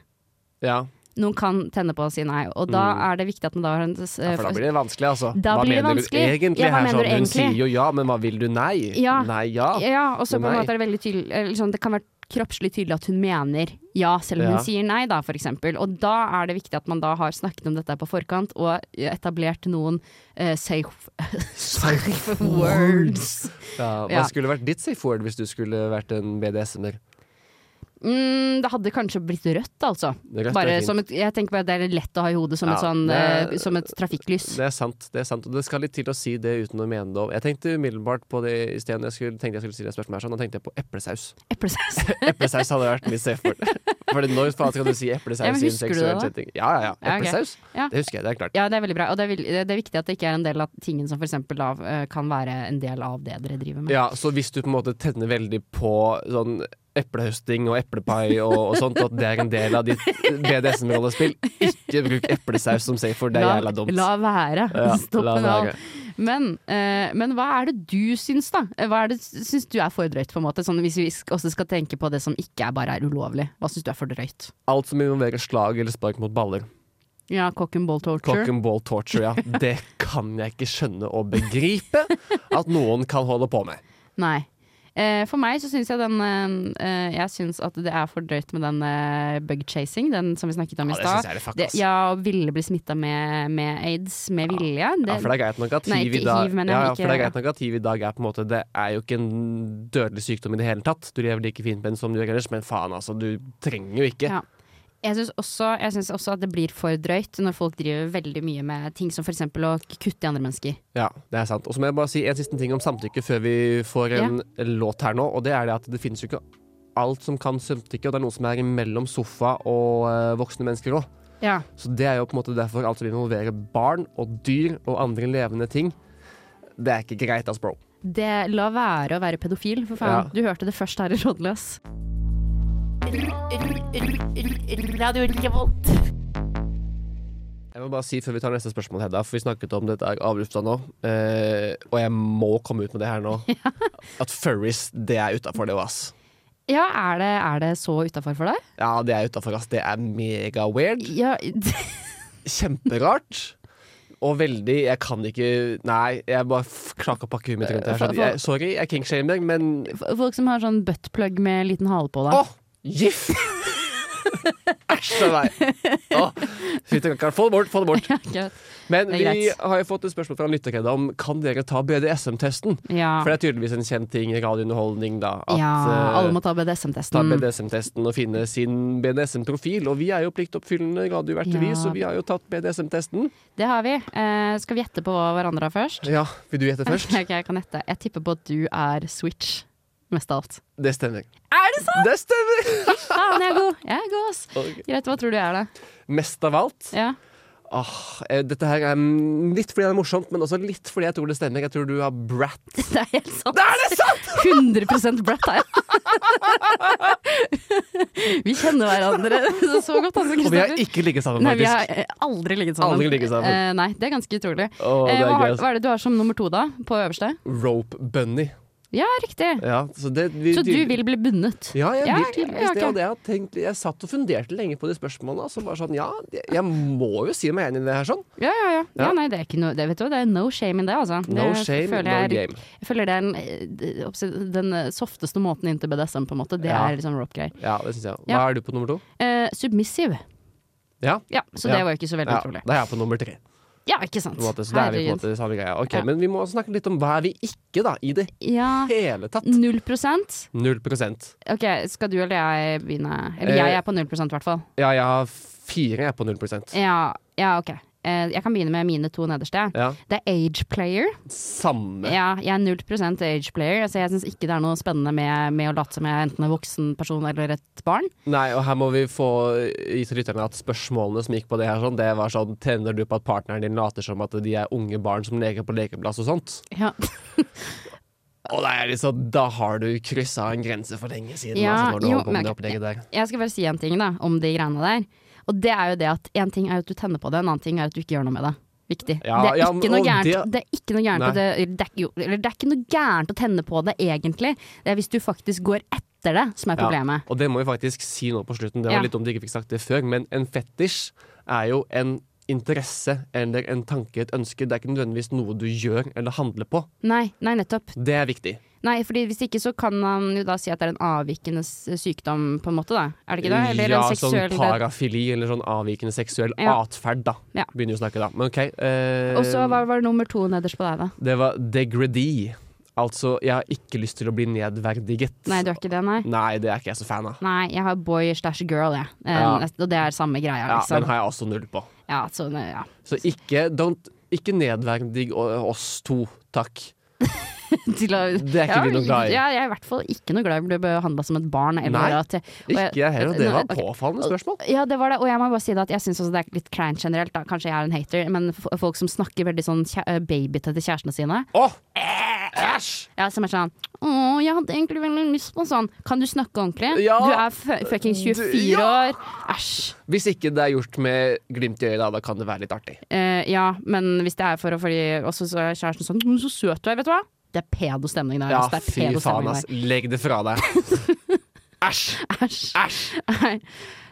D: Ja.
C: Noen kan tenne på og si nei, og da
D: Mm.
C: er det viktig at man da har en eh,
D: ja, for da blir det vanskelig, altså.
C: Da
D: hva
C: blir det
D: mener
C: vanskelig.
D: du egentlig
C: Ja, hva
D: her?
C: mener du
D: Sånn, hun
C: egentlig?
D: sier jo ja, men hva vil du? Nei.
C: Ja.
D: Nei, ja.
C: Ja, og så på en
D: Ah, Nei.
C: måte er det veldig tydelig eller sånn, Det kan være kroppslig tydelig at hun mener ja, selv om
D: Ja.
C: hun sier nei, da, for eksempel. Og da er det viktig at man da har snakket om dette på forkant og etablert noen eh, safe, *laughs* safe words.
D: Ja, hva
C: Ja.
D: skulle vært ditt safe word hvis du skulle vært en BDSM-er?
C: Mm, det hadde kanskje blitt rødt, altså.
D: Rødt er
C: Bare
D: fint.
C: som et, jeg tenker bare at det er lett å ha i hodet som,
D: Ja,
C: et, sånn,
D: det-
C: eh, som et trafikklys.
D: Det er sant. det er sant Og det skal litt til å si det uten å mene det òg. Jeg tenkte umiddelbart på det i stedet jeg skulle, tenkte jeg skulle si det spørsmålet. her, Sånn, da tenkte jeg på eplesaus.
C: Eplesaus.
D: *laughs* Eplesaus hadde vært mitt safe word. Fordi når faen skal du si
C: Ja,
D: eplesaus
C: men
D: i en
C: husker du
D: seksuell
C: det da?
D: setting? Ja, ja, ja.
C: Ja, ok.
D: Eplesaus.
C: Ja.
D: Det husker jeg. Det er klart.
C: Ja, det er veldig bra. Og det er, vil- det er viktig at det ikke er en del av tingen som for eksempel da, eh, kan være en del av det dere driver med.
D: Ja, Så hvis du på en måte tenner veldig på sånn eplehøsting og eplepai og, og sånt, og at det er en del av ditt BDSM-rollespill, ikke bruk eplesaus som safe word. Det er
C: La-
D: jævla dumt.
C: La være.
D: Ja,
C: *laughs* Stopp
D: la
C: med
D: være.
C: alt. Men, eh, men hva er det du syns, da? Eh, Hva er det syns du er for drøyt, på en måte? Sånn, hvis vi sk- også skal tenke på det som ikke er bare er ulovlig. Hva syns du er for drøyt?
D: Alt som involverer slag eller spark mot baller.
C: Ja, cock and ball torture.
D: Cock and ball torture, ja. Det kan jeg ikke skjønne og begripe at noen kan holde på med.
C: Nei. Eh, for meg så syns jeg den eh, eh, Jeg syns at det er for drøyt med den eh, bug chasing, den som vi snakket om i
D: Ja, det syns
C: stad.
D: jeg er litt fuck,
C: Det-
D: ass.
C: Ja, å ville bli smitta med, med aids med vilje.
D: Ja, for det er greit nok at
C: Nei,
D: hiv i
C: ikke
D: dag
C: hiv, men
D: ja, ja,
C: ikke-
D: for det er greit nok at hiv i dag er på en måte Det er jo ikke en dødelig sykdom i det hele tatt. Du lever like fint med den som du gjør ellers, men faen, altså. Du trenger jo ikke.
C: Ja. Jeg syns også, jeg synes også at det blir for drøyt når folk driver veldig mye med ting som f.eks. å kutte i andre mennesker.
D: Ja, det er sant. Og så må jeg bare si en siste ting om samtykke før vi får en låt her nå, og det er det at det finnes jo ikke alt som kan samtykke, og det er noe som er mellom sofa og eh, voksne mennesker òg.
C: Ja.
D: Så det er jo på en måte derfor alt som involverer barn og dyr og andre levende ting, det er ikke greit, ass, bro.
C: Det, la være å være pedofil, for faen. Du hørte det først her i Rådløs.
I: Radio Revolt.
D: Jeg må bare si før vi tar neste spørsmål, Hedda, for vi snakket om dette er avlufta nå, eh, og jeg må komme ut med det
C: *laughs*
D: her nå, at furries, det er utafor det òg, ass.
C: Ja, er det, er det så utafor for deg?
D: Ja, det er utafor, ass. Det er mega weird.
C: Ja, *laughs* det,
D: Kjemperart. Og veldig Jeg kan ikke Nei, jeg bare f- klarer ikke å pakke huet mitt rundt det her.
C: For-
D: Sånn. Jeg, sorry, jeg er kingshamer, men
C: f- folk som har sånn buttplug med liten hale på
D: Å!
C: deg. *laughs*
D: Giff! Æsj av meg. Å, fy til kakkeren. Få det bort, få det
C: *laughs*
D: bort.
C: greit.
D: Men
C: Det er
D: vi
C: greit.
D: har jo fått et spørsmål fra en lytterkredde om kan dere ta BDSM-testen.
C: Ja.
D: For det er tydeligvis en kjent ting i radiounderholdning, da. At
C: ja,
D: eh,
C: alle må Mm. ta
D: ta
C: BDSM-testen.
D: BDSM-testen og finne sin BDSM-profil. Og vi er jo pliktoppfyllende radioverter, vi,
C: Ja.
D: så vi har jo tatt BDSM-testen.
C: Det har vi. Eh, skal vi gjette på hva hverandre har først?
D: Ja, vil du gjette
C: *laughs*
D: først?
C: Ok, jeg kan gjette. Jeg tipper på at du er Switch, mest av alt.
D: Det stemmer.
C: Er det sant?!
D: Det stemmer!
C: Faen, jeg er god! Jeg er god, ass. Greit, hva tror du jeg er, da?
D: Mest av alt.
C: Ja. *laughs*
D: Åh, eh, dette her er mm, litt fordi det er morsomt, men også litt fordi jeg tror det stemmer. Jeg tror du har brat.
C: Det er helt sant. 100 Brett er jeg. *laughs* Vi kjenner hverandre så, så godt. Altså,
D: Og vi har
C: Kristoffer.
D: ikke ligget sammen,
C: Nei, vi
D: faktisk.
C: har eh, aldri ligget sammen.
D: Aldri ligget sammen.
C: Eh, nei, det er ganske utrolig.
D: Åh,
C: Eh,
D: det er
C: hva, har,
D: gøy, altså. ass.
C: hva er det du har som nummer to, da? På øverste?
D: Rope bunny.
C: Ja, riktig.
D: Ja, så, det, vi,
C: Så du vil bli bundet?
D: Ja, jeg
C: Ja,
D: vil tydeligvis
C: ja, ok.
D: det. Og det jeg, har tenkt, jeg satt og funderte lenge på de spørsmålene. Altså bare sånn, ja, jeg, jeg må jo si meg enig i det her sånn.
C: Ja, ja, ja. ja
D: Ja.
C: nei, det er ikke noe det, vet du, hva, det er no shame in det, altså.
D: No
C: det
D: shame,
C: føler
D: no
C: jeg, er-
D: game.
C: Jeg føler det er den, eh, d- oppsi- den eh, softeste måten inn til BDSM, på en måte. Det
D: Ja.
C: er liksom rope-greier.
D: Ja, det synes jeg. Hva
C: Ja.
D: er du på nummer to?
C: Eh, submissive.
D: Ja.
C: Ja, så
D: Ja.
C: det var jo ikke så veldig
D: Ja,
C: utrolig.
D: da er jeg på nummer tre.
C: Ja, ikke sant.
D: På en måte, så da er vi på en
C: Herregud.
D: måte samme greia. Ok,
C: Ja. Ah.
D: Men vi må snakke litt om hva er vi ikke, da, i det
C: Ja,
D: hele tatt.
C: null prosent.
D: Null prosent.
C: Ok, skal du eller jeg begynne? Eller
D: Eh,
C: jeg er på null prosent, i hvert fall.
D: Ja, jeg har fire jeg er på null prosent.
C: Ja, ja, ok. eh, Jeg kan begynne med mine to nederste.
D: Ja.
C: Det er Age Player.
D: Samme.
C: Ja, jeg er 0 Age Player. Altså jeg syns ikke det er noe spennende med, med å late som jeg er enten en voksen person eller et barn.
D: Nei, og her må vi få gi til lytterne at spørsmålene som gikk på det her, sånn, det var sånn Tenner du på at partneren din later som at de er unge barn som leker på lekeplass og sånt?
C: Ja,
D: Og det er liksom, da har du kryssa en grense for lenge siden.
C: Ja,
D: altså, når du
C: jo,
D: holder på med
C: men-
D: det opplegget der.
C: Jeg skal bare si en ting da, om de greiene der. Og det er jo det at en ting er jo at du tenner på det, en annen ting er at du ikke gjør noe med det. Viktig.
D: Ja,
C: det, er
D: ja,
C: ikke
D: men-
C: noe
D: og
C: gærent, det...
D: det-
C: er ikke noe gærent
D: Nei.
C: å det, det, er, jo, eller det er ikke noe gærent å tenne på det, egentlig. Det er hvis du faktisk går etter det, som er problemet.
D: Og det må vi faktisk si nå på slutten. Det var
C: Ja.
D: litt dumt de ikke fikk sagt det før, men en fetisj er jo en interesse eller en tanke, et ønske. Det er ikke nødvendigvis noe du gjør eller handler på.
C: Nei, nei, nettopp.
D: Det er viktig.
C: Nei, fordi Hvis ikke så kan han jo da si at det er en avvikende s- sykdom, på en måte. da Er det ikke det? Eller
D: ja,
C: en seksuell
D: sånn parafili eller sånn avvikende seksuell
C: Ja.
D: atferd, da.
C: Ja.
D: Begynner vi å snakke da. Men OK. eh,
C: Og så hva var nummer to nederst på deg, da?
D: Det var degradi. Altså, jeg har ikke lyst til å bli nedverdiget.
C: Nei, du er ikke det, nei?
D: Nei, det er ikke jeg så fan av.
C: Nei, jeg har boy slash girl, jeg. Eh,
D: Ja.
C: nest- Og det er samme greia,
D: Ja,
C: liksom.
D: Den har jeg også null på.
C: Ja, så, ne- ja. *laughs*
D: Så ikke, don't, ikke nedverdig o- oss to, takk.
C: Til å-
D: Det er ikke vi noe glad i.
C: Ja, jeg er i hvert fall ikke noe glad i å bli behandla som et barn. Eller
D: Nei,
C: at jeg, og
D: Ikke jeg heller. Det var
C: Ok.
D: påfallende spørsmål.
C: Ja, det var det, og jeg må bare si det at jeg syns også det er litt kleint generelt. Da. Kanskje jeg er en hater, men f- folk som snakker veldig sånn kjæ- eh, babytete til kjærestene sine.
D: Å! Æsj!
C: Ja, som er sånn Å, jeg hadde egentlig veldig lyst på sånn. Kan du snakke ordentlig?
D: Ja.
C: Du er f- fucking 24
D: Du- ja.
C: år. Æsj.
D: Hvis ikke det er gjort med glimt i øyet, da, da kan det være litt artig.
C: Eh, ja, men hvis det er for å fordi Og så så er kjæresten sånn «Mm, Så søt du er, vet du hva? Det er pedostemning der.
D: Ja,
C: ass. altså, det
D: fy
C: er
D: faen,
C: pedostemning
D: ass.
C: der.
D: Legg det fra deg. Æsj!
C: Æsj.
D: Æsj!
C: Nei.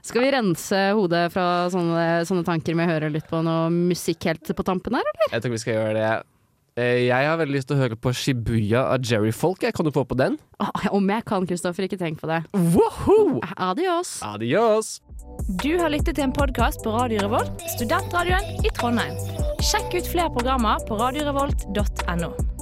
C: Skal vi rense hodet fra sånne, sånne tanker med å høre litt på noe musikk helt på tampen her, eller?
D: Jeg tror vi skal gjøre det. Eh, Jeg har veldig lyst til å høre på Shibuya av Jerry Folk. Jeg kan du få på den?
C: Å, Om jeg kan, Kristoffer. Ikke tenk på det.
D: Woohoo!
C: Adios.
D: Adios!
J: Du har lyttet til en podkast på Radio Revolt, studentradioen i Trondheim. Sjekk ut flere programmer på radiorevolt.no.